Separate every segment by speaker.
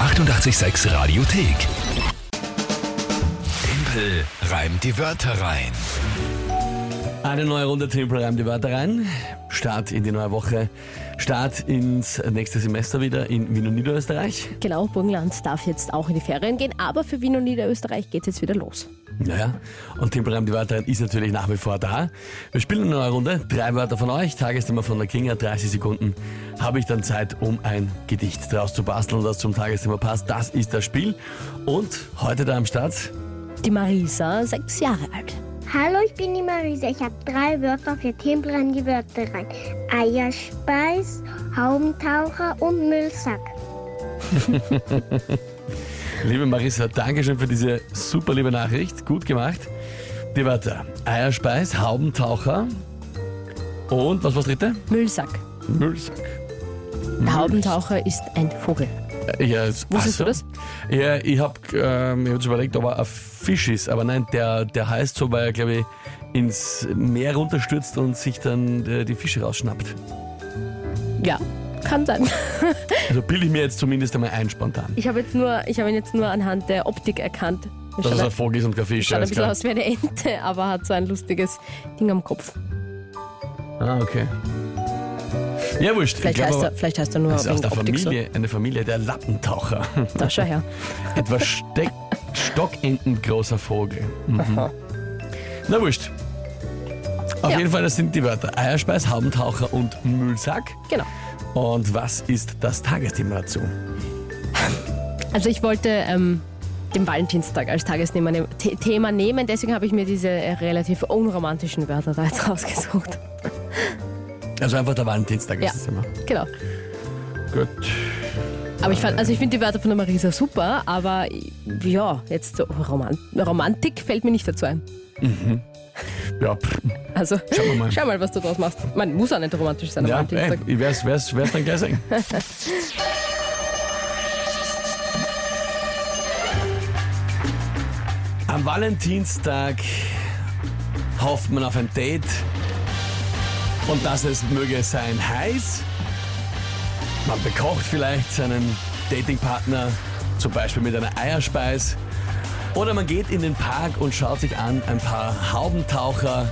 Speaker 1: 886 Radiothek. Tempel reimt die Wörter rein.
Speaker 2: Eine neue Runde Tempel reimt die Wörter rein. Start in die neue Woche. Start ins nächste Semester wieder in Wien und Niederösterreich.
Speaker 3: Genau, Burgenland darf jetzt auch in die Ferien gehen, aber für Wien und Niederösterreich geht es jetzt wieder los.
Speaker 2: Naja, und Tempel reimt die Wörter rein ist natürlich nach wie vor da. Wir spielen eine neue Runde. Drei Wörter von euch, Tagesthema von der Kinga, 30 Sekunden. Habe ich dann Zeit, um ein Gedicht daraus zu basteln, das zum Tagesthema passt. Das ist das Spiel. Und heute da am Start
Speaker 3: Die Marisa, sechs Jahre alt.
Speaker 4: Hallo, ich bin die Marisa. Ich habe drei Wörter für Tempel an die Wörter rein. Eierspeis, Haubentaucher und Müllsack.
Speaker 2: Liebe Marissa, Dankeschön für diese super liebe Nachricht. Gut gemacht. Die Wörter: Eierspeis, Haubentaucher und was war das dritte?
Speaker 3: Müllsack.
Speaker 2: Müllsack.
Speaker 3: Der Haubentaucher ist ein Vogel.
Speaker 2: Äh, Ja, es-
Speaker 3: Wusstest du das?
Speaker 2: Ja, ich habe ähm, ich hab jetzt überlegt, ob er ein Fisch ist. Aber nein, der, der heißt so, weil er, glaube ich, ins Meer runterstürzt und sich dann äh, die Fische rausschnappt.
Speaker 3: Ja, kann sein.
Speaker 2: Also bilde ich mir jetzt zumindest einmal ein spontan.
Speaker 3: Ich habe jetzt nur, ich habe ihn jetzt nur anhand der Optik erkannt. Er
Speaker 2: Dass es ein
Speaker 3: Schaut,
Speaker 2: Vogel ist und kein Fisch.
Speaker 3: schaut ein
Speaker 2: alles
Speaker 3: bisschen
Speaker 2: klar.
Speaker 3: aus wie eine Ente, aber hat so ein lustiges Ding am Kopf.
Speaker 2: Ah, okay. Ja, wurscht.
Speaker 3: Vielleicht,
Speaker 2: ich glaub,
Speaker 3: heißt,
Speaker 2: aber,
Speaker 3: er, vielleicht heißt er nur
Speaker 2: das ist aus
Speaker 3: wegen
Speaker 2: der
Speaker 3: Optik
Speaker 2: Familie, eine Familie der Lappentaucher.
Speaker 3: so. Da schau her.
Speaker 2: Etwas Steck Stockentengroßer Vogel. Mhm. Na wurscht. Auf
Speaker 3: Ja.
Speaker 2: jeden Fall, das sind die Wörter Eierspeis, Haubentaucher und Müllsack.
Speaker 3: Genau.
Speaker 2: Und was ist das Tagesthema dazu?
Speaker 3: Also ich wollte ähm, den Valentinstag als Tagesthema ne The- Thema nehmen, deswegen habe ich mir diese äh, relativ unromantischen Wörter da jetzt rausgesucht.
Speaker 2: Also einfach der Valentinstag
Speaker 3: Ja.
Speaker 2: ist das Thema.
Speaker 3: Genau.
Speaker 2: Gut.
Speaker 3: Aber ich fand, also ich finde die Wörter von der Marisa super, aber ja, jetzt so Roman Romantik fällt mir nicht dazu ein.
Speaker 2: Ja, pff,
Speaker 3: Also
Speaker 2: schauen wir mal.
Speaker 3: schau mal, was du draus machst. Man muss auch nicht romantisch sein am
Speaker 2: ja, ey,
Speaker 3: Valentinstag.
Speaker 2: ich wär's, wär's, wär's dann gleich sagen. Am Valentinstag hofft man auf ein Date und dass es möge sein heiß. Man bekocht vielleicht seinen Datingpartner, zum Beispiel mit einer Eierspeis. Oder man geht in den Park und schaut sich an ein paar Haubentaucher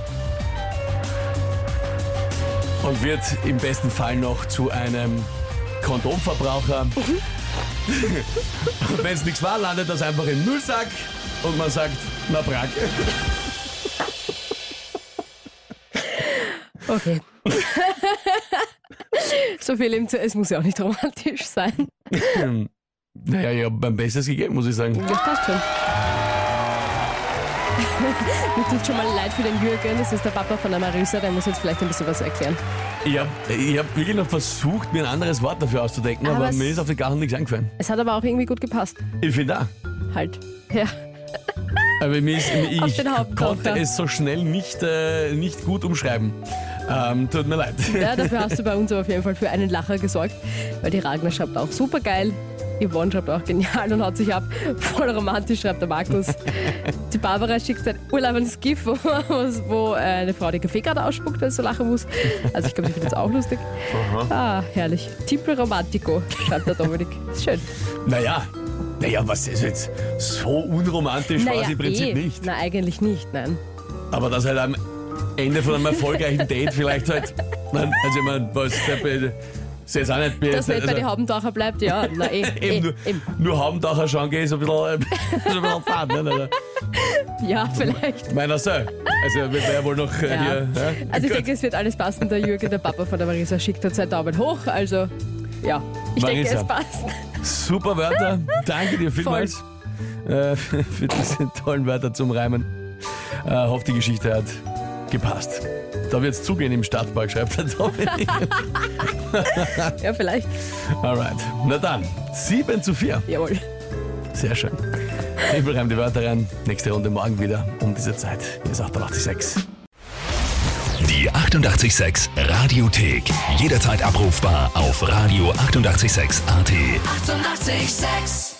Speaker 2: und wird im besten Fall noch zu einem Kondomverbraucher. Und wenn es nichts war, landet das einfach im Müllsack und man sagt, na Prag.
Speaker 3: Okay. so viel eben zu, es muss ja auch nicht romantisch sein.
Speaker 2: Naja, ich habe mein Bestes gegeben, muss ich sagen.
Speaker 3: Das passt schon. Mir tut schon mal leid für den Jürgen, das ist der Papa von der Marisa, der muss jetzt vielleicht ein bisschen was erklären.
Speaker 2: Ich habe ich hab wirklich noch versucht, mir ein anderes Wort dafür auszudenken, aber,
Speaker 3: Aber es-
Speaker 2: mir ist auf die Garten nichts eingefallen.
Speaker 3: Es hat aber auch irgendwie gut gepasst.
Speaker 2: Ich finde auch.
Speaker 3: Halt. Ja.
Speaker 2: Aber mir ist,
Speaker 3: Auf
Speaker 2: ich
Speaker 3: den Hauptkocher.
Speaker 2: konnte es so schnell nicht, äh, nicht gut umschreiben. Ähm, tut mir leid.
Speaker 3: ja, dafür hast du bei uns aber auf jeden Fall für einen Lacher gesorgt, weil die Ragnar schreibt auch super geil. Yvonne schreibt auch genial und haut sich ab. Voll romantisch, schreibt der Markus. Die Barbara schickt ein urlaubendes GIF, wo, wo äh, eine Frau die Kaffeekarte ausspuckt, weil sie so lachen muss. Also ich glaube, sie findet es auch lustig. Ah, herrlich. Tippel Romantico, schreibt der Dominik. Ist schön.
Speaker 2: Naja, naja, was ist jetzt? So unromantisch war es im Prinzip
Speaker 3: eh.
Speaker 2: nicht.
Speaker 3: Na, eigentlich nicht, nein.
Speaker 2: Aber dass halt am Ende von einem erfolgreichen Date vielleicht halt. Nein, also ich meine, was der ist jetzt auch nicht be-
Speaker 3: Dass nicht bei den
Speaker 2: also,
Speaker 3: Haubentaucher bleibt, ja. Na, eh, eh,
Speaker 2: eben,
Speaker 3: eben.
Speaker 2: nur, nur Haubentaucher schauen gehen, ist ein bisschen, äh, ist ein bisschen fad, ne? Also,
Speaker 3: Ja, vielleicht.
Speaker 2: meiner so. Also wir wären ja wohl noch äh,
Speaker 3: Ja.
Speaker 2: hier. Ja?
Speaker 3: Also ich
Speaker 2: Gut.
Speaker 3: denke, es wird alles passen. Der Jürgen, der Papa von der Marisa, schickt uns einen Daumen hoch. Also, ja. Ich denke,
Speaker 2: Marisa.
Speaker 3: es passt.
Speaker 2: Super Wörter. Danke dir vielmals äh, für diese tollen Wörter zum Reimen. Äh, hoffe, die Geschichte hat gepasst. Da wird's zugehen im Stadtpark, schreibt der Dominik.
Speaker 3: Ja, vielleicht.
Speaker 2: Alright. Na dann, 7 zu 4.
Speaker 3: Jawohl.
Speaker 2: Sehr schön. Ich bereime die Wörter rein. Nächste Runde morgen wieder um diese Zeit. Hier ist 886.
Speaker 1: Die 886 Radiothek. Jederzeit abrufbar auf radio886.at. 886!
Speaker 5: 886